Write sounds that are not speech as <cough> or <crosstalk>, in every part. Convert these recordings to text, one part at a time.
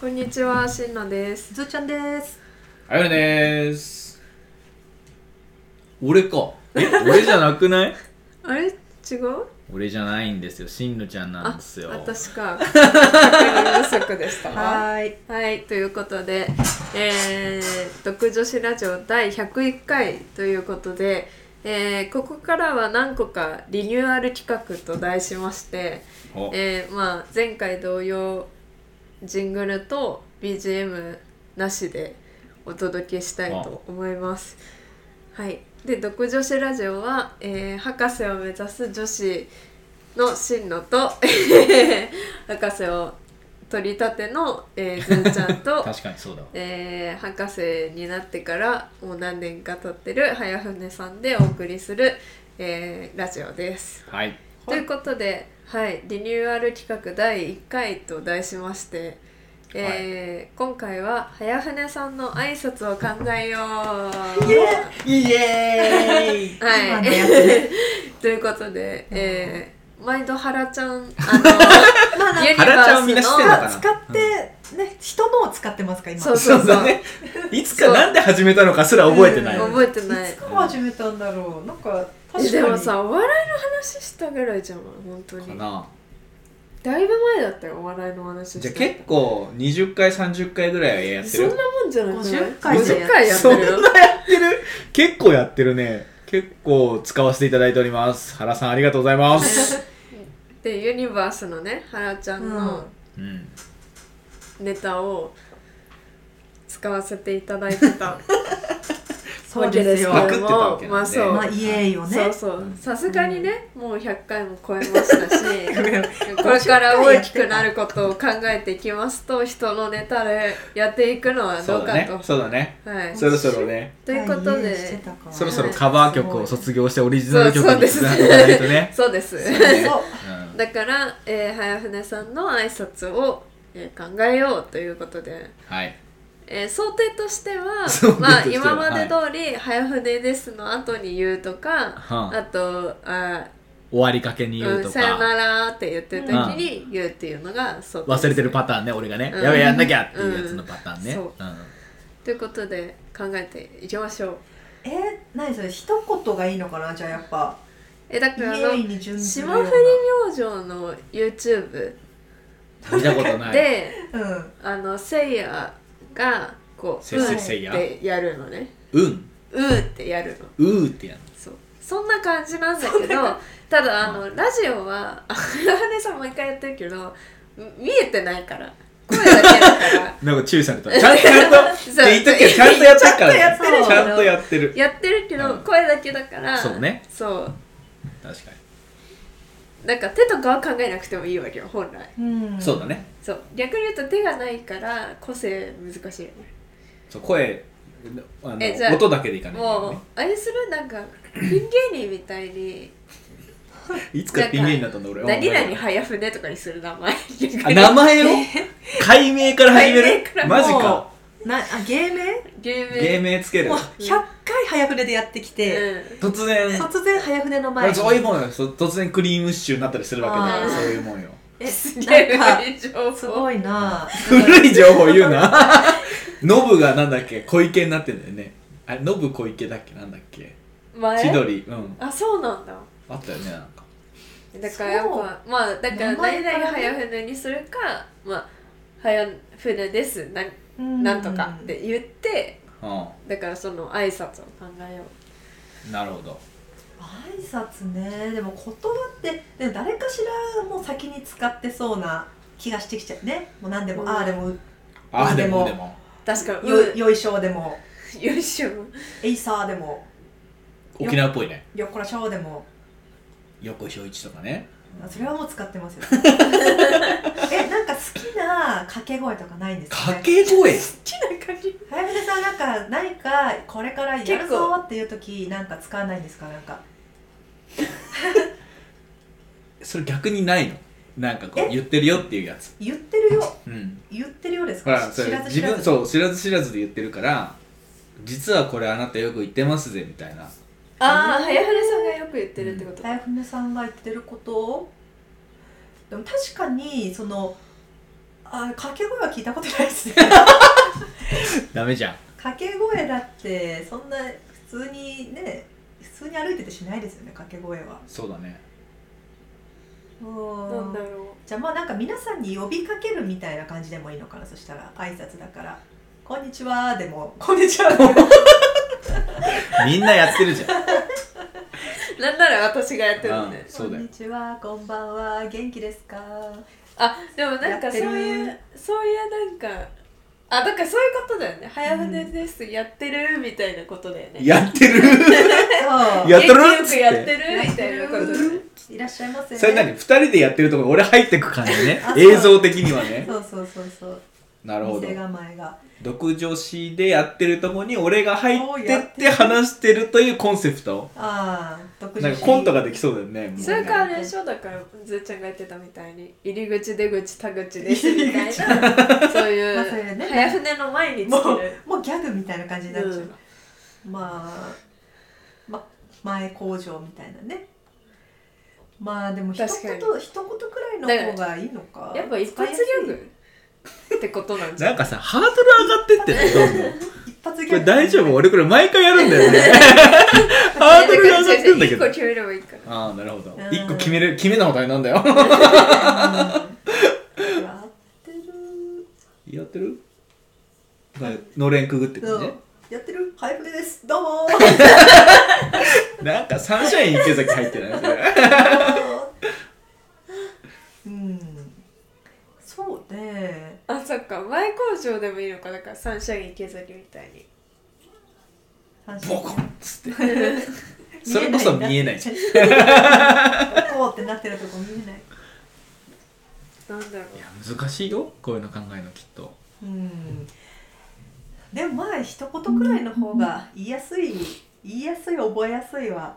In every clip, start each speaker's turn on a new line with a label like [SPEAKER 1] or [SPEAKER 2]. [SPEAKER 1] こんにちは、しんのです。
[SPEAKER 2] ずーちゃんです。
[SPEAKER 3] あゆねーす俺かえ俺じゃなくない
[SPEAKER 1] あれ違う
[SPEAKER 3] 俺じゃないんですよしんのちゃんなんですよ
[SPEAKER 1] 私
[SPEAKER 2] <laughs>
[SPEAKER 1] か。確認不足でしたわ。
[SPEAKER 2] はーい。
[SPEAKER 1] はい、ということで、えー、独女子ラジオ第101回ということで、えー、ここからは何個かリニューアル企画と題しまして、
[SPEAKER 3] お
[SPEAKER 1] えー、まあ前回同様、ジングルと BGM なしでお届けしたいと思います。はい。で、独女子ラジオは、えー、博士を目指す女子の真野と、 <laughs> 博士を取り立ての、えー、ずんちゃんと、
[SPEAKER 3] <laughs> 確かにそうだわ
[SPEAKER 1] えー、博士になってからもう何年か経ってる早船さんでお送りする、えー、ラジオです。
[SPEAKER 3] はい
[SPEAKER 1] ということで、はい、リニューアル企画第1回と題しまして、えー今回は早船さんの挨拶を考えよう
[SPEAKER 3] イエー
[SPEAKER 1] は
[SPEAKER 2] 今
[SPEAKER 1] い、
[SPEAKER 2] のや
[SPEAKER 1] <laughs> ということで、えー、毎度ハラちゃ
[SPEAKER 3] <laughs>
[SPEAKER 1] んあの
[SPEAKER 2] まあなん
[SPEAKER 1] ユ
[SPEAKER 2] か
[SPEAKER 1] ニバースの
[SPEAKER 3] ハラちゃんをみんな知ってんだから
[SPEAKER 2] 使ってね人のを使ってますか今。
[SPEAKER 1] そう
[SPEAKER 3] イ
[SPEAKER 1] そ
[SPEAKER 3] そうう
[SPEAKER 1] そう
[SPEAKER 3] だねいつかなんで始めたのかすら覚えてない、
[SPEAKER 1] 覚えてない
[SPEAKER 2] いつから始めたんだろう。なんか確か
[SPEAKER 1] え
[SPEAKER 2] に。
[SPEAKER 1] でもさお笑いの話したぐらいじゃん本当
[SPEAKER 3] か
[SPEAKER 1] に
[SPEAKER 3] な
[SPEAKER 1] だいぶ前だったよお笑いの話して
[SPEAKER 3] じゃあ結構20回30回ぐらいはやって
[SPEAKER 1] そん
[SPEAKER 3] る
[SPEAKER 1] なもんじゃない
[SPEAKER 2] 50
[SPEAKER 1] 50回やって
[SPEAKER 3] そん
[SPEAKER 1] るよ
[SPEAKER 3] なやってる結構やってるね結構使わせていただいております原さんありがとうございます、
[SPEAKER 1] <laughs> でユニバースのねハラちゃんの
[SPEAKER 3] うん、
[SPEAKER 1] ネタを使わせていただいて
[SPEAKER 3] <laughs>
[SPEAKER 1] た
[SPEAKER 2] そうですよ。
[SPEAKER 1] わ
[SPEAKER 3] パク
[SPEAKER 1] け
[SPEAKER 3] ってたわけなんで、
[SPEAKER 1] まあそう
[SPEAKER 2] まあイエーイをね。
[SPEAKER 1] そ
[SPEAKER 2] <laughs>
[SPEAKER 1] うそうさすがにね、もう100回も超えましたし
[SPEAKER 3] <laughs>
[SPEAKER 1] これ
[SPEAKER 2] 50
[SPEAKER 1] から
[SPEAKER 2] 回
[SPEAKER 1] 大
[SPEAKER 2] やっ
[SPEAKER 1] き
[SPEAKER 2] てた
[SPEAKER 1] くなることを考えていきますと人のネタでやっていくのはど
[SPEAKER 3] そうう
[SPEAKER 1] か
[SPEAKER 3] だね
[SPEAKER 1] と、
[SPEAKER 3] そうだね
[SPEAKER 1] はい、
[SPEAKER 3] そろそろね
[SPEAKER 1] ということ
[SPEAKER 2] イエーイして
[SPEAKER 1] で
[SPEAKER 2] たから
[SPEAKER 3] そろそろカバー曲を卒業してオリジナル曲
[SPEAKER 1] そう
[SPEAKER 3] に
[SPEAKER 1] で
[SPEAKER 3] つ
[SPEAKER 1] す
[SPEAKER 3] なげないとね。
[SPEAKER 1] そうです
[SPEAKER 2] そう
[SPEAKER 3] うん
[SPEAKER 1] だから、えー、早船さんの挨拶を、えー考えようということで、
[SPEAKER 3] はい。え
[SPEAKER 1] えー想定としては
[SPEAKER 3] <laughs> 想定としては
[SPEAKER 1] まあ
[SPEAKER 3] はい
[SPEAKER 1] 今まで通り「早船です」の後に言うとか、
[SPEAKER 3] はあ
[SPEAKER 1] あとあ
[SPEAKER 3] 終わりかけに言
[SPEAKER 1] う
[SPEAKER 3] うんと
[SPEAKER 1] さよな
[SPEAKER 3] か、
[SPEAKER 1] ら」って言ってる時に言うっていうのが想定です
[SPEAKER 3] 忘れてるパターンね、俺がね。
[SPEAKER 1] うん
[SPEAKER 3] やべえ、やんなきゃっていうやつのパターンね。
[SPEAKER 1] うん
[SPEAKER 3] うん
[SPEAKER 1] ということで考えていきましょう
[SPEAKER 2] え何それ一言がいいのかなじゃあやっぱ
[SPEAKER 1] えだか
[SPEAKER 2] イエ
[SPEAKER 1] らあ
[SPEAKER 2] ーイ
[SPEAKER 1] の
[SPEAKER 2] に準ずるよ
[SPEAKER 1] 霜
[SPEAKER 2] うな
[SPEAKER 1] 降り明星の YouTube
[SPEAKER 3] 見たことない。
[SPEAKER 1] で、
[SPEAKER 2] うん
[SPEAKER 1] あのせいやがこう「
[SPEAKER 3] せ
[SPEAKER 2] い
[SPEAKER 1] うん
[SPEAKER 3] せ
[SPEAKER 2] や
[SPEAKER 3] せいや
[SPEAKER 1] っ。てやるのね
[SPEAKER 3] うん。
[SPEAKER 1] 「う」ってやるの
[SPEAKER 3] うーってやん
[SPEAKER 1] そうそんな感じなんだけどただあの、ラジオはあラハネさん毎回やってるけどみ見えてないから声だけだから
[SPEAKER 3] <laughs> の。なんか注意された。ちゃんちゃんと
[SPEAKER 1] そう
[SPEAKER 3] って言っとくけど、ちゃんとやってるからね。
[SPEAKER 2] ちゃんとやってる
[SPEAKER 3] ちゃんとやってる。
[SPEAKER 1] やってるけど、
[SPEAKER 3] うん
[SPEAKER 1] 声だけだから
[SPEAKER 3] そうね
[SPEAKER 1] そう
[SPEAKER 3] 確か
[SPEAKER 1] なんか手とかは考えなくてもいいわけよ本来
[SPEAKER 2] うん
[SPEAKER 3] に。そうだね。
[SPEAKER 1] そう逆に言うと手がないから個性難しいよね
[SPEAKER 3] そう声、あ
[SPEAKER 1] えじゃあ
[SPEAKER 3] の音だけでいかないから
[SPEAKER 1] もう
[SPEAKER 3] ね。
[SPEAKER 1] あれするなんかピン芸人みたいに
[SPEAKER 3] いつかピン芸人だったんだ、俺。
[SPEAKER 1] 何々早船とかにする名前
[SPEAKER 3] あ名前を解明から始め
[SPEAKER 1] 解
[SPEAKER 3] る
[SPEAKER 1] 明から
[SPEAKER 3] マジか
[SPEAKER 2] も。うなあ芸名
[SPEAKER 1] <laughs> 芸名
[SPEAKER 3] 芸名つける
[SPEAKER 2] もう。100回早船でやってきて、
[SPEAKER 1] うん
[SPEAKER 3] 突然
[SPEAKER 2] 突然早船の前に
[SPEAKER 3] そういうもんよそ突然クリームシチューになったりするわけだ
[SPEAKER 1] あ
[SPEAKER 3] よ
[SPEAKER 1] ー
[SPEAKER 3] そういうもんよ
[SPEAKER 2] え <laughs> なんか
[SPEAKER 1] <laughs> 芸名情
[SPEAKER 2] す
[SPEAKER 1] 報
[SPEAKER 2] ごいな
[SPEAKER 3] 古い情報言うな
[SPEAKER 2] <laughs>
[SPEAKER 3] ノブがなんだっけ小池になってんだよねあれノブ小池だっけなんだっけ
[SPEAKER 1] 前
[SPEAKER 3] 千鳥うん
[SPEAKER 1] あそうなんだ
[SPEAKER 3] あったよねなんか
[SPEAKER 1] だからやっぱまあだから
[SPEAKER 2] 名前
[SPEAKER 1] 何
[SPEAKER 2] からね
[SPEAKER 1] 々早船にするかまあ早船ですな
[SPEAKER 2] な
[SPEAKER 1] なんとかって言って
[SPEAKER 3] う
[SPEAKER 1] だからその挨拶を考えよ
[SPEAKER 3] んなるほど
[SPEAKER 2] 挨拶ねでも言葉ってでも誰かしらもう先に使ってそうな気がしてきちゃうねもう何でも、
[SPEAKER 1] うん
[SPEAKER 2] ああでも
[SPEAKER 3] あ
[SPEAKER 2] で
[SPEAKER 3] で
[SPEAKER 2] も
[SPEAKER 3] もでも
[SPEAKER 1] う確かに
[SPEAKER 2] よ
[SPEAKER 1] う
[SPEAKER 2] よいしょでも
[SPEAKER 1] よいしょ
[SPEAKER 2] エイサーでも
[SPEAKER 3] 沖縄っぽいね
[SPEAKER 2] よっこらしょーでも
[SPEAKER 3] 横井翔一とかね
[SPEAKER 2] それはもう使ってますよえなんか好きな掛け声とかないんですか、
[SPEAKER 3] 掛
[SPEAKER 2] ね、
[SPEAKER 3] け声
[SPEAKER 1] 好きな感じ
[SPEAKER 2] 早めさんなんか何かこれからやる
[SPEAKER 1] 結構
[SPEAKER 2] ぞっていう時なんか使わないんですかなんか
[SPEAKER 3] それ逆にないのなんかこう
[SPEAKER 2] え
[SPEAKER 3] 言ってるよっていうやつ
[SPEAKER 2] 言ってるよ
[SPEAKER 3] うん
[SPEAKER 2] 言ってるようです
[SPEAKER 3] ほ
[SPEAKER 2] から
[SPEAKER 3] そ
[SPEAKER 2] 知
[SPEAKER 3] れ
[SPEAKER 2] らず
[SPEAKER 3] 自
[SPEAKER 2] 知ら
[SPEAKER 3] 分
[SPEAKER 2] ず
[SPEAKER 3] そう知らず知らずで言ってるから実はこれあなたよく言ってますぜみたいな
[SPEAKER 1] ああ早船さんがよく言ってるってこと
[SPEAKER 2] 大船さんが言ってることをでも確かにそのあ掛け声は聞いたことないです
[SPEAKER 3] <laughs>
[SPEAKER 2] ね
[SPEAKER 3] ダメじゃん
[SPEAKER 2] 掛け声だってそんな普通にね普通に歩いててしないですよね掛け声は
[SPEAKER 3] そうだね
[SPEAKER 2] うん
[SPEAKER 1] なんだろう
[SPEAKER 2] じゃあまあなんか皆さんに呼びかけるみたいな感じでもいいのかなそしたら挨拶だから「こんにちは」でも「こんにちは」でも
[SPEAKER 3] みんなやってるじゃん
[SPEAKER 1] なんなら私がやってるのね
[SPEAKER 3] うん
[SPEAKER 2] こ
[SPEAKER 3] そうだ
[SPEAKER 2] ん
[SPEAKER 3] よ
[SPEAKER 2] にちはこんばんは元気ですか
[SPEAKER 1] あでもなん
[SPEAKER 2] や
[SPEAKER 1] か
[SPEAKER 2] っ
[SPEAKER 1] そう
[SPEAKER 2] てる
[SPEAKER 1] いうそういうなんかあだからそういうことだよね「早船です、やってる」みたいなことだよね
[SPEAKER 3] <laughs> やってる
[SPEAKER 2] そう
[SPEAKER 3] やっとる
[SPEAKER 1] 元気よくやって
[SPEAKER 2] 「い
[SPEAKER 1] る
[SPEAKER 2] らっ
[SPEAKER 1] み
[SPEAKER 2] したゃ
[SPEAKER 1] い
[SPEAKER 2] い
[SPEAKER 1] なこ
[SPEAKER 2] ま
[SPEAKER 1] とだよね
[SPEAKER 2] せいらっしゃいませ
[SPEAKER 3] それ何二人でやってるところ俺入ってく感じね
[SPEAKER 2] あそう
[SPEAKER 3] 映像的にはね
[SPEAKER 2] そうそうそうそう
[SPEAKER 3] なるほど
[SPEAKER 2] 店構えが
[SPEAKER 3] 独女子でやってるとこに俺が入
[SPEAKER 2] おー
[SPEAKER 3] って
[SPEAKER 2] や
[SPEAKER 3] っ
[SPEAKER 2] っててる
[SPEAKER 3] 話してるというコンセプト
[SPEAKER 2] ああ独自
[SPEAKER 3] なんかコントができそうだよねもうね
[SPEAKER 1] それかあれでしょだからずーちゃんが言ってたみたいに入り口出口田口ですみたいなそう
[SPEAKER 3] <laughs>
[SPEAKER 1] い
[SPEAKER 2] まあそういう
[SPEAKER 1] う
[SPEAKER 2] ね
[SPEAKER 1] 早船の前につ
[SPEAKER 2] もう
[SPEAKER 1] ける
[SPEAKER 2] もうギャグみたいな感じになっちゃう、
[SPEAKER 1] うん
[SPEAKER 2] まあま前工場みたいなねまあでも一言
[SPEAKER 1] 確かに
[SPEAKER 2] 一言くらいの方がいいのか
[SPEAKER 1] やっぱ一発ギャグってことなんじゃ
[SPEAKER 3] なん
[SPEAKER 1] ん
[SPEAKER 3] かさハードル上がってって
[SPEAKER 2] <laughs>
[SPEAKER 3] ねどんどん
[SPEAKER 2] 一発ギ
[SPEAKER 3] こ
[SPEAKER 2] ャ
[SPEAKER 3] れ
[SPEAKER 2] グ
[SPEAKER 3] 大丈夫俺これ毎回やるんだよね <laughs>
[SPEAKER 2] <laughs>
[SPEAKER 3] ハードルが上がってんだけ
[SPEAKER 1] <laughs>
[SPEAKER 3] ど
[SPEAKER 1] 1個決めればいいから
[SPEAKER 3] ああなるほど
[SPEAKER 2] うん
[SPEAKER 3] 一個決める決めな方がなんだ
[SPEAKER 2] <laughs>
[SPEAKER 3] よ
[SPEAKER 2] うんやってる
[SPEAKER 3] やってるのれんくぐってく
[SPEAKER 2] そ
[SPEAKER 3] る
[SPEAKER 2] う
[SPEAKER 3] ね
[SPEAKER 2] やってるハイブレですどうも
[SPEAKER 3] <laughs>
[SPEAKER 2] ー
[SPEAKER 3] なんかサンシャイン池崎入ってないそれ
[SPEAKER 2] うんそうね
[SPEAKER 1] あそっか前工場でもいいのかだからサンシャイン池崎みたいに
[SPEAKER 3] ボコンっつって <laughs> それこそ見えない
[SPEAKER 2] こうってなってるとこ見えない
[SPEAKER 1] なんだろう
[SPEAKER 3] いや難しいよこういうの考えるのきっと
[SPEAKER 2] うんでもまあ一言くらいの方が言いやすい言いやすい覚えやすいは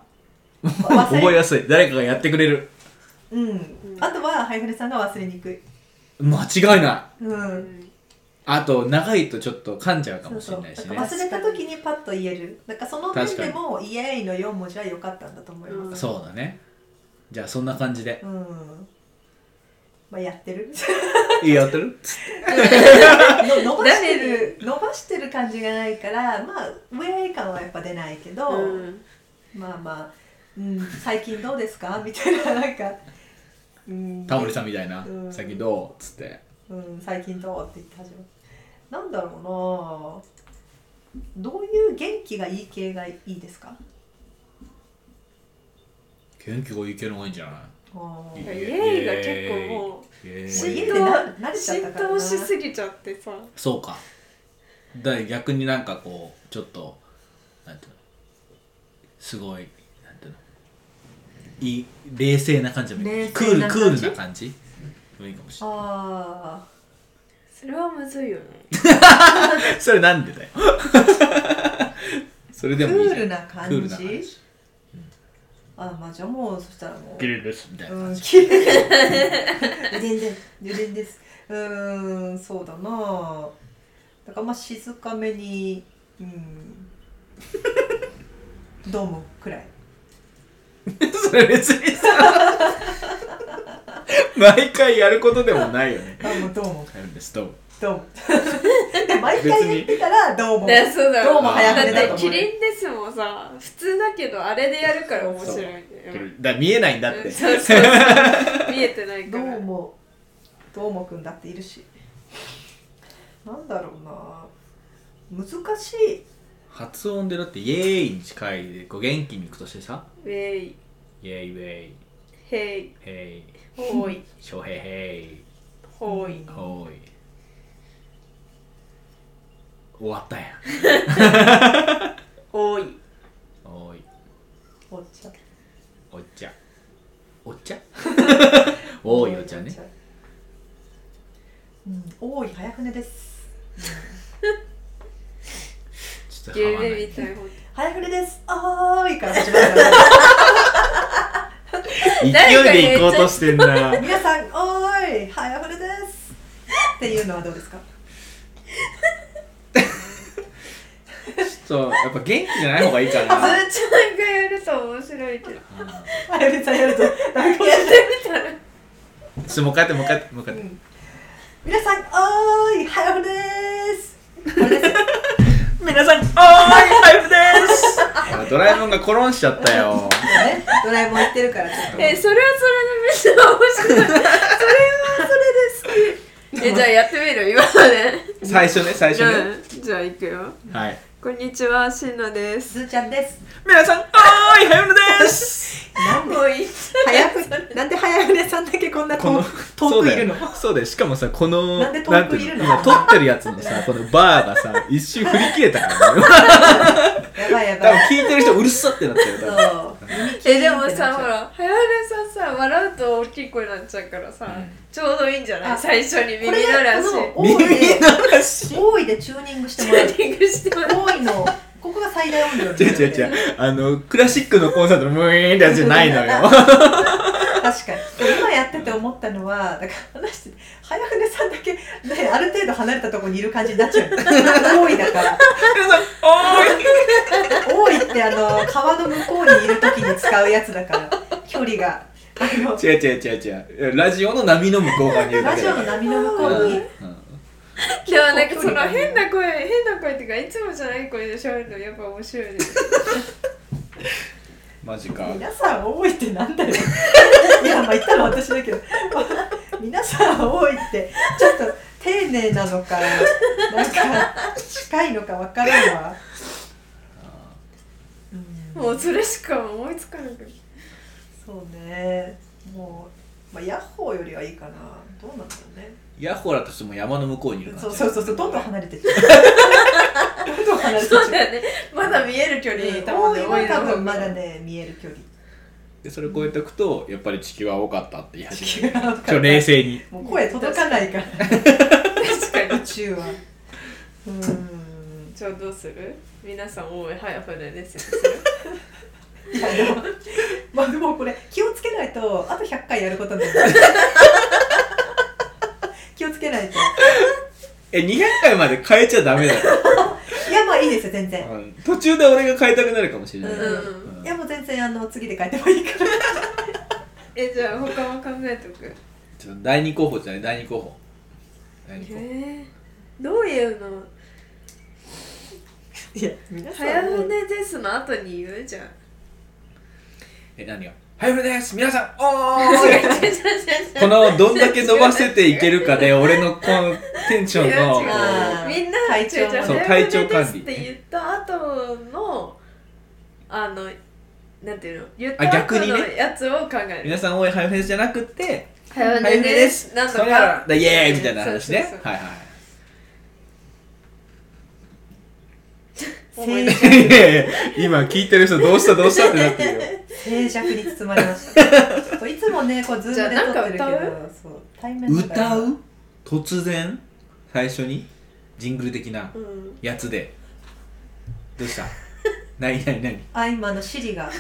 [SPEAKER 2] 忘れ
[SPEAKER 3] 覚えやすい誰かがやってくれる
[SPEAKER 2] うんあとはハイフレさんが忘れにくい
[SPEAKER 3] 間違いない
[SPEAKER 2] うん、
[SPEAKER 1] うん
[SPEAKER 3] あと長いとちょっと噛んじゃうか
[SPEAKER 2] そ
[SPEAKER 3] も
[SPEAKER 2] う
[SPEAKER 3] し
[SPEAKER 2] そ
[SPEAKER 3] れ
[SPEAKER 2] う
[SPEAKER 3] ないし
[SPEAKER 2] だ
[SPEAKER 3] ね
[SPEAKER 2] から忘れた時にパッと言えるなんかその面
[SPEAKER 3] 確か
[SPEAKER 2] で
[SPEAKER 3] に
[SPEAKER 2] も「イエーイ!」の4文字は良かったんだと思います
[SPEAKER 3] そうだねじゃあそんな感じで
[SPEAKER 2] うん、まあやってる
[SPEAKER 3] いいやってる
[SPEAKER 2] の伸ばしてる伸ばしてる感じがないからまあウェイ感はやっぱ出ないけど、
[SPEAKER 1] うん
[SPEAKER 2] まあまあ、うん、最近どうですかみたいななんか、うん、
[SPEAKER 3] タモリさんみたいな
[SPEAKER 2] うん
[SPEAKER 3] さっきどうっつって
[SPEAKER 2] うん、最近どうって言って始まるなんだろうなどういう元気がいい系がいいですか
[SPEAKER 3] 元気がいけないんじゃない
[SPEAKER 2] あー
[SPEAKER 1] イエーイが結構もう
[SPEAKER 3] イエーイ
[SPEAKER 2] もう
[SPEAKER 1] 浸
[SPEAKER 2] 家
[SPEAKER 1] 透
[SPEAKER 2] でな慣れちゃった
[SPEAKER 1] 浸
[SPEAKER 2] から
[SPEAKER 1] 透
[SPEAKER 2] な
[SPEAKER 1] しすぎちゃってさ
[SPEAKER 3] そうかだから逆になんかこうちょっとなんていうのすごいなんていうのいい冷静な感じでもいい
[SPEAKER 2] 冷
[SPEAKER 3] ク
[SPEAKER 2] 静
[SPEAKER 3] ー
[SPEAKER 2] な
[SPEAKER 3] ル
[SPEAKER 2] 感
[SPEAKER 3] クー
[SPEAKER 2] じ
[SPEAKER 3] ルな感じもいいかもしれな
[SPEAKER 2] あ
[SPEAKER 1] それはむずいよね
[SPEAKER 3] いそれなんでだよ
[SPEAKER 2] <laughs>
[SPEAKER 3] それで
[SPEAKER 2] ー
[SPEAKER 3] もいいじゃん
[SPEAKER 2] クールな感
[SPEAKER 3] クールな
[SPEAKER 2] じ
[SPEAKER 3] 感じ
[SPEAKER 2] あまあじゃあもうそしたらもう
[SPEAKER 3] キレですみたいな
[SPEAKER 2] うん
[SPEAKER 3] 感じ、
[SPEAKER 2] 綺麗全然余電ですうーんそうだなだからまあ静かめにうんどうもくらい
[SPEAKER 3] <laughs> それ別にさ毎回やることでもないよね
[SPEAKER 2] どうもどうも
[SPEAKER 3] やるんですどうも
[SPEAKER 2] どうもで毎回言ってたらどうも
[SPEAKER 1] ねそうだ
[SPEAKER 2] どうも
[SPEAKER 3] 早船だと
[SPEAKER 1] だ
[SPEAKER 3] 思
[SPEAKER 1] っ
[SPEAKER 3] う
[SPEAKER 1] てキリンですもんさ普通だけどあれでやるから面白いんだよ
[SPEAKER 3] キレだから見えないんだっ
[SPEAKER 1] う
[SPEAKER 3] て
[SPEAKER 1] んそうそうそう見えてないか
[SPEAKER 2] ど
[SPEAKER 1] ら
[SPEAKER 2] うもどうもくんだっているしなんだろうな難しい
[SPEAKER 3] 発音でだってイエーイに近いでこう元気にいくとしてさ
[SPEAKER 1] ウェイ
[SPEAKER 3] イエーイウェイ
[SPEAKER 1] ヘイ
[SPEAKER 3] ヘイ
[SPEAKER 1] ホーイ
[SPEAKER 3] ショヘヘイ
[SPEAKER 1] ホーイ
[SPEAKER 3] ホーイ終わったやん
[SPEAKER 1] おい
[SPEAKER 3] おい
[SPEAKER 2] お茶
[SPEAKER 3] お茶お <laughs> 茶おいお茶ね
[SPEAKER 2] うん、多い早船です
[SPEAKER 3] ちょっとはまな
[SPEAKER 1] 夢
[SPEAKER 3] い
[SPEAKER 1] みたいほんと
[SPEAKER 2] 早船ですおーいから始まるから
[SPEAKER 3] 勢いで行こうとしてんな
[SPEAKER 2] 皆さんおーい早船ですっていうのはどうですか
[SPEAKER 3] そうやっぱ元気じゃない方がいいか
[SPEAKER 1] ずーちゃ
[SPEAKER 3] な
[SPEAKER 1] んがやると面白いけどやって
[SPEAKER 2] 早船さんやるとなんか
[SPEAKER 1] みたら
[SPEAKER 3] ちょっともう一回やってもう一回やってもう一回やっ
[SPEAKER 2] う
[SPEAKER 3] て
[SPEAKER 2] ん皆さんおーいハイオフですこれですよ
[SPEAKER 3] <laughs> 皆さん、おーい、ハイフですドラえもんがコロンしちゃったよ。
[SPEAKER 2] ねドラえもん言ってるからちょっと
[SPEAKER 1] えそれはそれでめっちゃ面白いそれはそれで好きえじゃあやってみる今のね
[SPEAKER 3] 最初ね、最初ね。
[SPEAKER 1] うんじゃあ行くよ
[SPEAKER 3] はい。
[SPEAKER 1] こんにちはしんのです
[SPEAKER 2] <laughs> すずちゃんです
[SPEAKER 3] 皆さん、おーい、ハイフです
[SPEAKER 2] なんで
[SPEAKER 1] もういい
[SPEAKER 2] 早く <laughs> なんで早船さんだけこんな
[SPEAKER 3] こ
[SPEAKER 2] 遠
[SPEAKER 3] の
[SPEAKER 2] く遠くいる
[SPEAKER 3] そ
[SPEAKER 2] の
[SPEAKER 3] うだよそうだよしかもさこの
[SPEAKER 2] なんで遠くいるの
[SPEAKER 3] なんていう今撮ってるやつのさこのバーがさ一瞬振り切れたからね
[SPEAKER 2] <laughs> <laughs> やばいや
[SPEAKER 3] 多
[SPEAKER 2] ばい
[SPEAKER 3] 分聞いてる人うるさってなってる多分
[SPEAKER 2] そう
[SPEAKER 1] えでもさほら早めさんさ笑うと大きい声になっちゃうからさ、
[SPEAKER 3] うん
[SPEAKER 1] ちょうどいいんじゃない
[SPEAKER 2] あ
[SPEAKER 1] 最初に
[SPEAKER 2] こ
[SPEAKER 1] 耳
[SPEAKER 2] れ
[SPEAKER 1] 鳴らし
[SPEAKER 2] この
[SPEAKER 3] 耳
[SPEAKER 2] 多いで
[SPEAKER 3] の話
[SPEAKER 2] 多いでチューニングして
[SPEAKER 1] チ
[SPEAKER 2] もら
[SPEAKER 1] ューニングしてもらう
[SPEAKER 2] う多いのここが最大音量
[SPEAKER 3] 違う違う違うあのクラシックのコンサートのムーンってやつじゃないのよ <laughs>
[SPEAKER 2] 確かにで今やってて思ったのはだから話して早船さんだけ、ね、ある程度離れたところにいる感じになっちゃう多いだから
[SPEAKER 3] 皆さんおーい
[SPEAKER 2] 多いってあの川の向こうにいる時に使うやつだから距離があの
[SPEAKER 3] 違う違う違う違うラジオの波の向こう側にいるだ
[SPEAKER 2] ラ
[SPEAKER 3] け
[SPEAKER 2] ジ
[SPEAKER 3] だ
[SPEAKER 2] オ
[SPEAKER 3] か
[SPEAKER 2] の
[SPEAKER 3] ら
[SPEAKER 2] 波の向こ
[SPEAKER 3] うんう
[SPEAKER 2] うに
[SPEAKER 3] ん
[SPEAKER 1] でもなんかその変な声変な声っていうかいつもじゃない声で喋るのやっぱ面白いね
[SPEAKER 3] マジか
[SPEAKER 2] 皆さん多いってなんだよいやまあ言ったの私だけど皆さん多いってちょっと丁寧なのかなんか近いのか分からんわ、うん、
[SPEAKER 1] もうそれしか思いつかなくて
[SPEAKER 2] そうねもう、まあ、ヤッホーよりはいいかなどうなんだろうね
[SPEAKER 3] ヤッホーだとしても山の向こうにいる
[SPEAKER 2] そ
[SPEAKER 3] 感
[SPEAKER 2] う
[SPEAKER 3] じ
[SPEAKER 2] そうそうそうどんどん離れてっちゃうどんどん離れてっち
[SPEAKER 1] そうだ
[SPEAKER 2] ゃう
[SPEAKER 1] よねまだ見える距離にいたもん
[SPEAKER 2] 多
[SPEAKER 1] ね
[SPEAKER 2] いは多
[SPEAKER 1] の
[SPEAKER 2] 分まだね見える距離
[SPEAKER 3] でそれ超えておくとやっぱり地球は多かったって言い始める
[SPEAKER 2] 地球は多かった
[SPEAKER 3] ちょ冷静に
[SPEAKER 2] もう声届かないから
[SPEAKER 1] 確かに
[SPEAKER 2] <laughs> 宇宙はうん <laughs>
[SPEAKER 1] じゃあどうする皆さん多い早船ですよ
[SPEAKER 2] いやでも、まあでもこれ気をつけないとあと100回やることになる。気をつけないと。
[SPEAKER 3] え200回まで変えちゃダメだよ
[SPEAKER 1] <laughs>
[SPEAKER 2] いやまあいいですよ全然。
[SPEAKER 3] うん途中で俺が変えたくなるかもしれない、
[SPEAKER 1] うん
[SPEAKER 3] うん
[SPEAKER 2] いやもう全然あの次で書いてもいいから。
[SPEAKER 1] えじゃあ他も考えとく
[SPEAKER 3] ちょっと第2候補じゃない第2候補第二候補
[SPEAKER 1] えー、どういうの
[SPEAKER 2] いや皆さん
[SPEAKER 1] 早船ですの後に言うじゃん
[SPEAKER 3] え何よ早めです皆さんおーいこ
[SPEAKER 1] こ
[SPEAKER 3] のどんだけ伸ばせていけるかで俺のこのテンションの
[SPEAKER 1] 違う違う
[SPEAKER 3] こ
[SPEAKER 2] あー
[SPEAKER 1] みんな
[SPEAKER 2] 体調
[SPEAKER 1] 違う違う
[SPEAKER 3] そう
[SPEAKER 1] 早
[SPEAKER 3] 体調管理
[SPEAKER 1] 寝ですって言った後のあのなんていうの言っ
[SPEAKER 3] あ
[SPEAKER 1] た
[SPEAKER 3] 逆
[SPEAKER 1] 後
[SPEAKER 3] に
[SPEAKER 1] の
[SPEAKER 3] ね
[SPEAKER 1] やつを考
[SPEAKER 3] う
[SPEAKER 1] える
[SPEAKER 3] 皆さんおい早めですじゃなくて
[SPEAKER 1] 早
[SPEAKER 3] 早
[SPEAKER 1] 寝
[SPEAKER 3] めで
[SPEAKER 1] ですす
[SPEAKER 3] なん
[SPEAKER 1] 何
[SPEAKER 3] と
[SPEAKER 1] と
[SPEAKER 3] か
[SPEAKER 1] か
[SPEAKER 3] だイエーイみたいな話ね
[SPEAKER 1] そうそうそう
[SPEAKER 3] はいはい
[SPEAKER 1] 思い
[SPEAKER 2] 静
[SPEAKER 1] 出
[SPEAKER 2] 寂
[SPEAKER 3] いやいや今聞いてる人どうしたどうしたってなってるよ
[SPEAKER 2] 静寂に包まれました。そういつもねこうズームで撮ってるけ
[SPEAKER 1] じゃあなんか
[SPEAKER 2] ど、そう対
[SPEAKER 1] <laughs>
[SPEAKER 2] 面だから
[SPEAKER 3] 歌う突然最初にジングル的な
[SPEAKER 1] うん
[SPEAKER 3] やつでどう
[SPEAKER 2] <laughs>
[SPEAKER 3] した何何何
[SPEAKER 2] あ今のシリが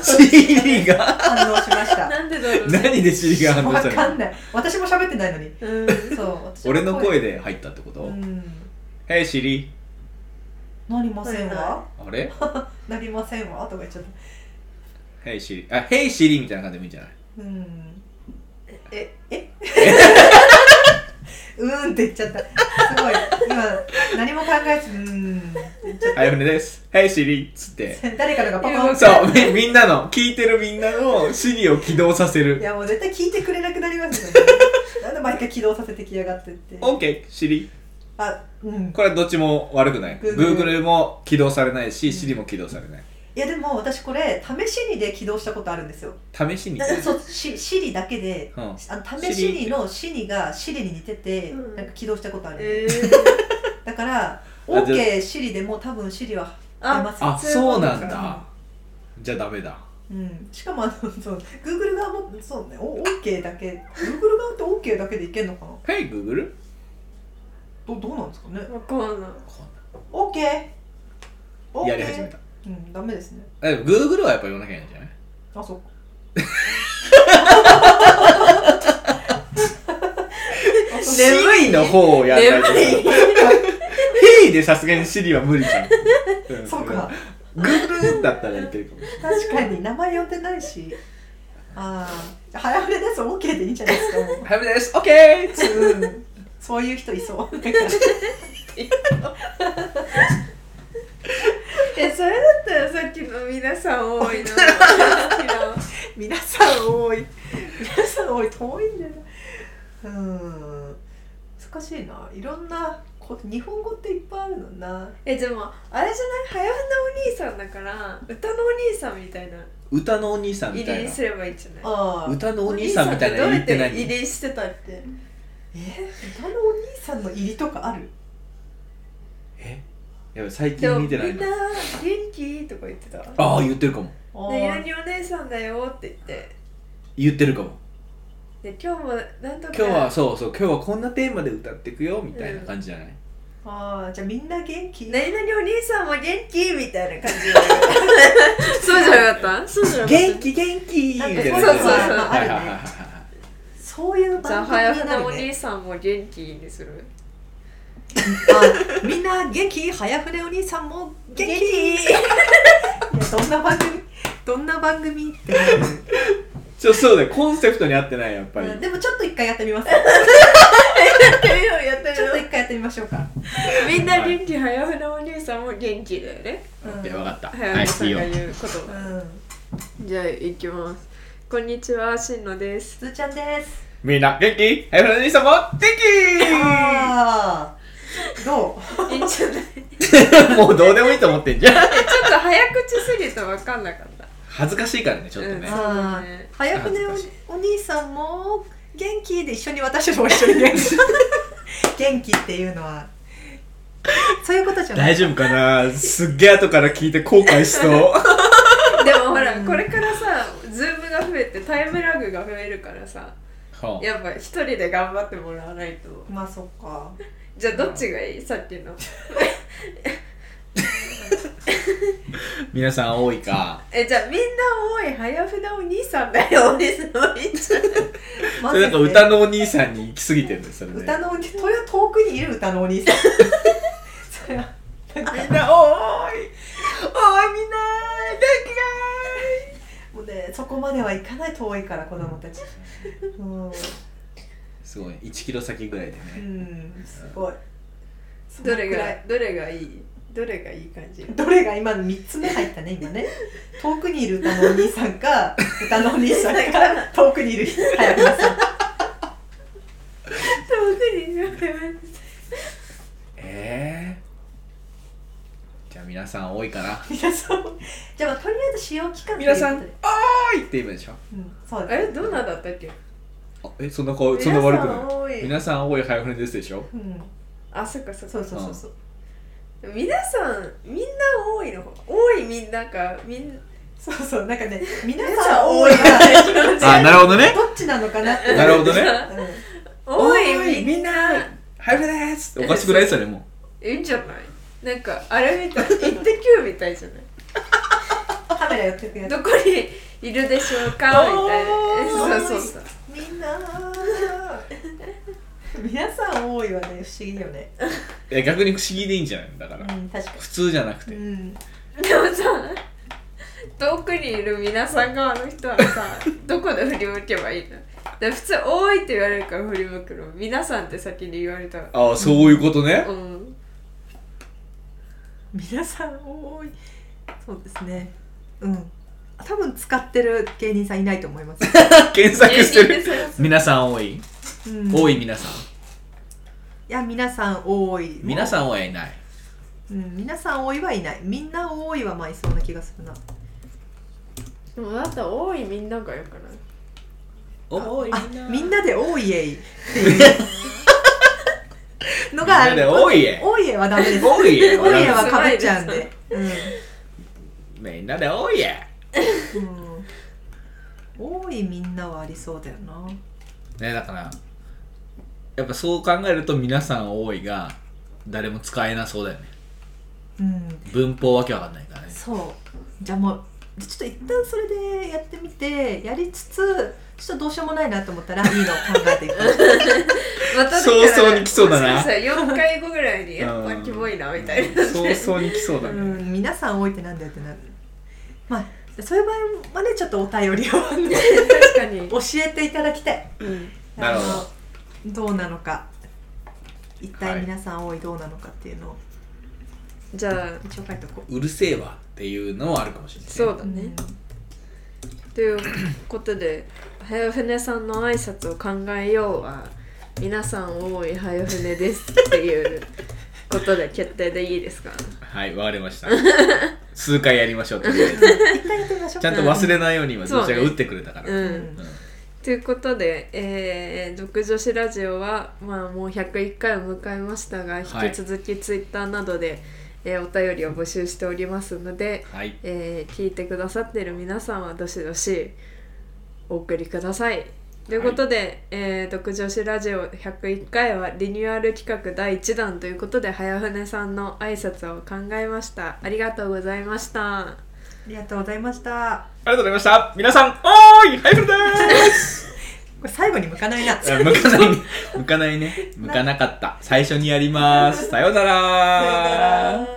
[SPEAKER 3] シリ
[SPEAKER 2] <laughs>
[SPEAKER 3] が
[SPEAKER 2] 反応しました。
[SPEAKER 1] なんでだ
[SPEAKER 3] <laughs>
[SPEAKER 1] ろうね
[SPEAKER 3] 何でシリが反応
[SPEAKER 2] わ
[SPEAKER 3] した
[SPEAKER 2] か
[SPEAKER 3] の
[SPEAKER 2] んない。私も喋ってないのに。
[SPEAKER 1] うん
[SPEAKER 2] そう私
[SPEAKER 3] 俺の声。で入ったってこと
[SPEAKER 2] うん。
[SPEAKER 3] 「ヘイシリ
[SPEAKER 2] なりませんわ。
[SPEAKER 3] あれ
[SPEAKER 2] なりませんわとか言っちゃった。
[SPEAKER 3] ヘイシリあヘイシリみたいな感じでもいいんじゃない
[SPEAKER 2] うん。
[SPEAKER 1] え
[SPEAKER 3] <laughs>
[SPEAKER 2] うーんって言っちゃった。すごい。今、何も考えず、うーんって言っちゃっ
[SPEAKER 3] 早船ですヘイシリっつって
[SPEAKER 2] た。誰からがパ
[SPEAKER 1] い
[SPEAKER 2] パ
[SPEAKER 1] や
[SPEAKER 2] ン
[SPEAKER 3] そうみみんなの聞いてるみんなのシリを起動させ
[SPEAKER 2] い
[SPEAKER 3] る
[SPEAKER 2] や、もう絶対聞いてくれなくなりますよね。なんで毎回起動させてきやがってって。
[SPEAKER 3] オッケーシリ
[SPEAKER 2] あ、うん。
[SPEAKER 3] これはどっちも悪くない
[SPEAKER 2] Google
[SPEAKER 3] Google も起動されないし
[SPEAKER 2] ん
[SPEAKER 3] シリも起動されない
[SPEAKER 2] いや、でも私これ、試しにで起動したことあるんですよ。
[SPEAKER 3] 試しに
[SPEAKER 2] だそう、しシリだけで、
[SPEAKER 3] うん
[SPEAKER 2] あの試しにのシリがシリに似てて、
[SPEAKER 1] うん
[SPEAKER 2] なんか起動したことある。
[SPEAKER 1] えー
[SPEAKER 2] だから、
[SPEAKER 3] じゃあ
[SPEAKER 2] OK シリでも多分シリは出ま
[SPEAKER 1] あ
[SPEAKER 2] すよ。
[SPEAKER 3] あそうなんだじゃあダメだ
[SPEAKER 2] うん、しかもあのそう Google 側もそうねお OK だけ Google 側って OK だけでいけるのかな
[SPEAKER 3] 「ヘイ Google」
[SPEAKER 2] どどうなんですかね
[SPEAKER 1] わかんない
[SPEAKER 3] こんな
[SPEAKER 2] OK!
[SPEAKER 3] やり始めた。
[SPEAKER 2] うん、ダメですね。
[SPEAKER 3] あでも Google はやっぱ言わなきゃいけないんじゃない
[SPEAKER 2] あ、そっか。
[SPEAKER 1] 眠い
[SPEAKER 3] Siri の方をやったりとか
[SPEAKER 1] 眠い
[SPEAKER 3] ヘイでさすがに Siri は無理じゃんん
[SPEAKER 2] <laughs> そうか。
[SPEAKER 3] Google だったらいけるかもしれない
[SPEAKER 2] 確かに名前呼んでないし。ああ、早触れです。OK でいいんじゃないですか。も
[SPEAKER 3] 早めです OK!
[SPEAKER 2] ううん、そういう人いそう
[SPEAKER 1] えそれだったらさっきの皆さん多いの <laughs> 好きな
[SPEAKER 2] 皆さん多い皆さん多い遠いんじゃないうん難しいないろんなこ日本語っていっぱいあるのな
[SPEAKER 1] えでもあれじゃない早番のお兄さんだから歌のお兄さんみたいな
[SPEAKER 3] 歌のお兄さんみ
[SPEAKER 1] 入
[SPEAKER 3] た
[SPEAKER 1] り
[SPEAKER 3] い
[SPEAKER 1] に
[SPEAKER 3] な
[SPEAKER 1] すればいいんじゃない
[SPEAKER 2] ああ
[SPEAKER 3] 歌のお兄さんみたいなの言ってな
[SPEAKER 1] お兄さんどうや
[SPEAKER 3] い
[SPEAKER 1] 入りしてたって
[SPEAKER 2] え歌のお兄さんの入りとかある
[SPEAKER 3] えやばい最
[SPEAKER 1] で
[SPEAKER 3] 近
[SPEAKER 1] もみ
[SPEAKER 3] 見
[SPEAKER 1] んな
[SPEAKER 3] てない
[SPEAKER 1] 元
[SPEAKER 3] な
[SPEAKER 1] 気とか言ってた「
[SPEAKER 3] ああ言ってるかも
[SPEAKER 2] あ
[SPEAKER 1] でゆ
[SPEAKER 2] あ
[SPEAKER 1] うにお姉さんだよ」って言って
[SPEAKER 3] 言ってるかも
[SPEAKER 1] 「で今日もなんとか
[SPEAKER 3] 今日はそうそう今日はこんなテーマで歌ってくよみたいな感じじゃない、
[SPEAKER 2] ああじゃあみんな元気
[SPEAKER 1] 何々お兄さんも元気」みたいな感じでそうじゃなかったそうじゃなかった
[SPEAKER 3] 元気元気みたいな
[SPEAKER 1] そうそうそう
[SPEAKER 3] はいはいはいはい
[SPEAKER 2] そういう
[SPEAKER 1] じゃあ
[SPEAKER 2] 番組
[SPEAKER 1] 早
[SPEAKER 2] に
[SPEAKER 1] 船
[SPEAKER 2] な
[SPEAKER 1] お
[SPEAKER 2] るね
[SPEAKER 1] 兄さんも元気にする
[SPEAKER 2] あみんな元気早船お兄さんも元気
[SPEAKER 1] 元気
[SPEAKER 2] いやどんな番組どんな番組ってなる
[SPEAKER 3] ちょそうだよコンセプトに合ってないやっぱり、
[SPEAKER 2] うんでもちょっと一回やってみます
[SPEAKER 1] やってみようやってみ
[SPEAKER 2] ちょっ
[SPEAKER 1] よ
[SPEAKER 2] と一回やってみましょうか
[SPEAKER 1] うみんな元気早船お兄さんも元気だよね
[SPEAKER 2] うん
[SPEAKER 3] オッケーわかった
[SPEAKER 1] 早
[SPEAKER 3] は
[SPEAKER 1] 船
[SPEAKER 3] い
[SPEAKER 1] さ
[SPEAKER 3] いい
[SPEAKER 1] ん
[SPEAKER 3] よ
[SPEAKER 1] が言うこと
[SPEAKER 2] うん
[SPEAKER 1] じゃあ行きますこんにちはしんの <laughs> です
[SPEAKER 2] すーちゃんです
[SPEAKER 3] みんな元気早くお兄さんも元
[SPEAKER 2] ああど
[SPEAKER 1] いいんじゃない
[SPEAKER 3] <laughs> 気もうどうでもいいと思ってんじゃん
[SPEAKER 1] ちょっと早口すぎて分かんなかった
[SPEAKER 3] 恥ずかしいからねちょっとね、
[SPEAKER 1] うん
[SPEAKER 2] う
[SPEAKER 1] そうだね
[SPEAKER 2] あー早船
[SPEAKER 3] 恥ずか
[SPEAKER 2] おお兄さんも元気で一緒に私たちも一緒に元 <laughs> 気元気っていうのはそういうことじゃない
[SPEAKER 3] 大丈夫かなすっげえ後から聞いて後悔しそう
[SPEAKER 1] でもほら
[SPEAKER 2] うん
[SPEAKER 1] これからさズームが増えてタイムラグが増えるからさ
[SPEAKER 3] はあ
[SPEAKER 1] やっぱ一人で頑張ってもらわないと
[SPEAKER 2] まあそっか
[SPEAKER 1] じゃあどっちがいいさっきの
[SPEAKER 3] 皆さん多いか
[SPEAKER 1] えじゃあみんな多い早船お兄さんだよお兄さんお兄ちゃん
[SPEAKER 3] それなんか歌のお兄さんに行き過ぎてるん <laughs> ですそれね
[SPEAKER 2] 歌のお兄それは遠くにいる歌のお兄さんそれはなんか
[SPEAKER 3] みんなおーいおいみんな元気がーい
[SPEAKER 2] もうねそこまでは行かない遠いから子供たちうん、
[SPEAKER 3] すごい1キロ先ぐらいで
[SPEAKER 2] う
[SPEAKER 3] ね
[SPEAKER 2] ん、すごいそ
[SPEAKER 1] ど
[SPEAKER 2] のくら
[SPEAKER 1] れ
[SPEAKER 2] い
[SPEAKER 1] がどれがいいどれがいい感じ
[SPEAKER 2] どれが今3つ目入ったね今ね遠くにいる歌のお兄さんか歌のお兄さんか遠くにいる早川さん
[SPEAKER 1] 特になんか
[SPEAKER 3] えー、じゃあ皆さん多いかな
[SPEAKER 2] 皆さん <laughs> じゃあまあとりあえず使用期間
[SPEAKER 3] 皆さん
[SPEAKER 2] う
[SPEAKER 3] お
[SPEAKER 2] ん
[SPEAKER 3] ーいって言うでしょ
[SPEAKER 2] そうだ
[SPEAKER 1] あ
[SPEAKER 2] ね
[SPEAKER 1] れどうなんだったっけ
[SPEAKER 3] あえそんな顔そんな悪く
[SPEAKER 1] 皆
[SPEAKER 3] ない
[SPEAKER 1] さん多い
[SPEAKER 3] 皆さん多い早船ですでしょ
[SPEAKER 2] うん
[SPEAKER 1] あそっかそっ
[SPEAKER 2] そ
[SPEAKER 1] か
[SPEAKER 2] うそうそうそう
[SPEAKER 1] 皆さんみんな多いの方多いみんなかみんな
[SPEAKER 2] そうそうなんか <laughs> ね皆
[SPEAKER 1] 皆
[SPEAKER 2] さ
[SPEAKER 1] さん
[SPEAKER 2] ん多
[SPEAKER 1] 多
[SPEAKER 2] い
[SPEAKER 1] い
[SPEAKER 2] が
[SPEAKER 3] あなるほどね
[SPEAKER 2] <laughs> どっちなのかなって
[SPEAKER 3] なるほどね
[SPEAKER 1] <laughs>
[SPEAKER 2] う
[SPEAKER 1] 多
[SPEAKER 3] 多い
[SPEAKER 1] いみんな
[SPEAKER 3] 早船ですおかしくないそれもう
[SPEAKER 1] いいんじゃないなんかあれみたい「イッテ Q!」みたいじゃない
[SPEAKER 2] んカメラ寄ってくやつ
[SPEAKER 1] どこにいるでしょうかみたいな
[SPEAKER 2] あー
[SPEAKER 1] えそうそうそう
[SPEAKER 2] みんな <laughs> 皆さん多いはね不思議よね
[SPEAKER 3] いや逆に不思議でいいんじゃないだか
[SPEAKER 2] う
[SPEAKER 3] ら、
[SPEAKER 2] ん確か
[SPEAKER 3] 普通じゃなくて、
[SPEAKER 2] にうん
[SPEAKER 1] でもさ遠くにいる皆さん側の人は
[SPEAKER 3] <laughs>
[SPEAKER 1] さどこで振り向けばいいので普通「多い」って言われるから振り向くの皆さんって先に言われたら
[SPEAKER 3] ああそういうことね、
[SPEAKER 1] うん
[SPEAKER 2] 皆さん多いそうですねうん多分使ってる芸人さんいないと思
[SPEAKER 3] <laughs>
[SPEAKER 2] います、
[SPEAKER 3] 検索してる
[SPEAKER 1] 芸人でそう
[SPEAKER 3] 皆さん多い、
[SPEAKER 2] うん、
[SPEAKER 3] 多
[SPEAKER 2] い
[SPEAKER 3] い皆さん
[SPEAKER 2] や皆さん多い
[SPEAKER 3] 皆さんはいない
[SPEAKER 2] うん、皆さん多いはいないみんな多いはまあいそうな気がするな
[SPEAKER 1] でもだったら「多いみんな」がよくない
[SPEAKER 3] 多い
[SPEAKER 2] あ
[SPEAKER 3] みんな
[SPEAKER 2] みんなで多いえいって
[SPEAKER 3] <laughs>
[SPEAKER 2] いうのがあ
[SPEAKER 3] みんなで
[SPEAKER 2] る
[SPEAKER 3] 多いえ
[SPEAKER 2] 多いえはダメ
[SPEAKER 3] <laughs>
[SPEAKER 2] です
[SPEAKER 3] 多いえ
[SPEAKER 2] 多いえはかぶっちゃうんで、
[SPEAKER 3] みんなで多いえ
[SPEAKER 2] うんうん、多いみんなはありそうだよな
[SPEAKER 3] ねだからやっぱそう考えると皆さん多いが誰も使えなそうだよね
[SPEAKER 2] うん
[SPEAKER 3] 文法わけわかんないからね
[SPEAKER 2] そうじゃあもうちょっと一旦それでやってみてやりつつちょっとどうしようもないなと思ったらいいのを考えていく
[SPEAKER 1] まただから
[SPEAKER 3] 早々に来そうだな
[SPEAKER 1] もしかしたら4回後ぐらいにやっぱキモいなみたいな
[SPEAKER 3] そうそうに来そうだ
[SPEAKER 2] う
[SPEAKER 3] ね、
[SPEAKER 2] ん皆さん多いってなんだよってなるまあそういう場合はねちょっとお便りをね
[SPEAKER 1] 確かに、
[SPEAKER 2] 教えていただきたい
[SPEAKER 1] うん
[SPEAKER 3] なるほど
[SPEAKER 2] あのどうなのか一
[SPEAKER 3] は
[SPEAKER 2] 体
[SPEAKER 3] い
[SPEAKER 2] 皆さん多いどうなのかっていうのを
[SPEAKER 1] じゃあ
[SPEAKER 2] 一応書いておこう。
[SPEAKER 3] うるせえわっていうのはあるかもしれない、ね、
[SPEAKER 1] そうだね、ということで <clears throat> 「はやふねさんの挨拶を考えよう」は「皆さん多いはやふねです」っていうことで決定でいいですか
[SPEAKER 3] はいわかりました数回やりましょうとりあえず
[SPEAKER 2] 一回やってみましょう。
[SPEAKER 3] ちゃんと忘れないように今
[SPEAKER 1] そう
[SPEAKER 3] ど
[SPEAKER 1] ね
[SPEAKER 3] ちらが打ってくれたから、
[SPEAKER 1] う
[SPEAKER 3] うん
[SPEAKER 1] んということで「えー、独女子ラジオは」まあ、もう101回を迎えましたが
[SPEAKER 3] はい
[SPEAKER 1] 引き続きツイッターなどで、えーお便りを募集しておりますので、
[SPEAKER 3] はい
[SPEAKER 1] えー聞いてくださってる皆さんはどしどしお送りください。ということで、えー独女子ラジオ101回はリニューアル企画第1弾ということで早船さんの挨拶を考えました。ありがとうございました。
[SPEAKER 2] ありがとうございました。
[SPEAKER 3] ありがとうございました皆さんおーいハイフルでーす
[SPEAKER 2] これ最後に向かないな。
[SPEAKER 3] あ向かないね向かないね向かなかった最初にやりますさようなら
[SPEAKER 2] さようなら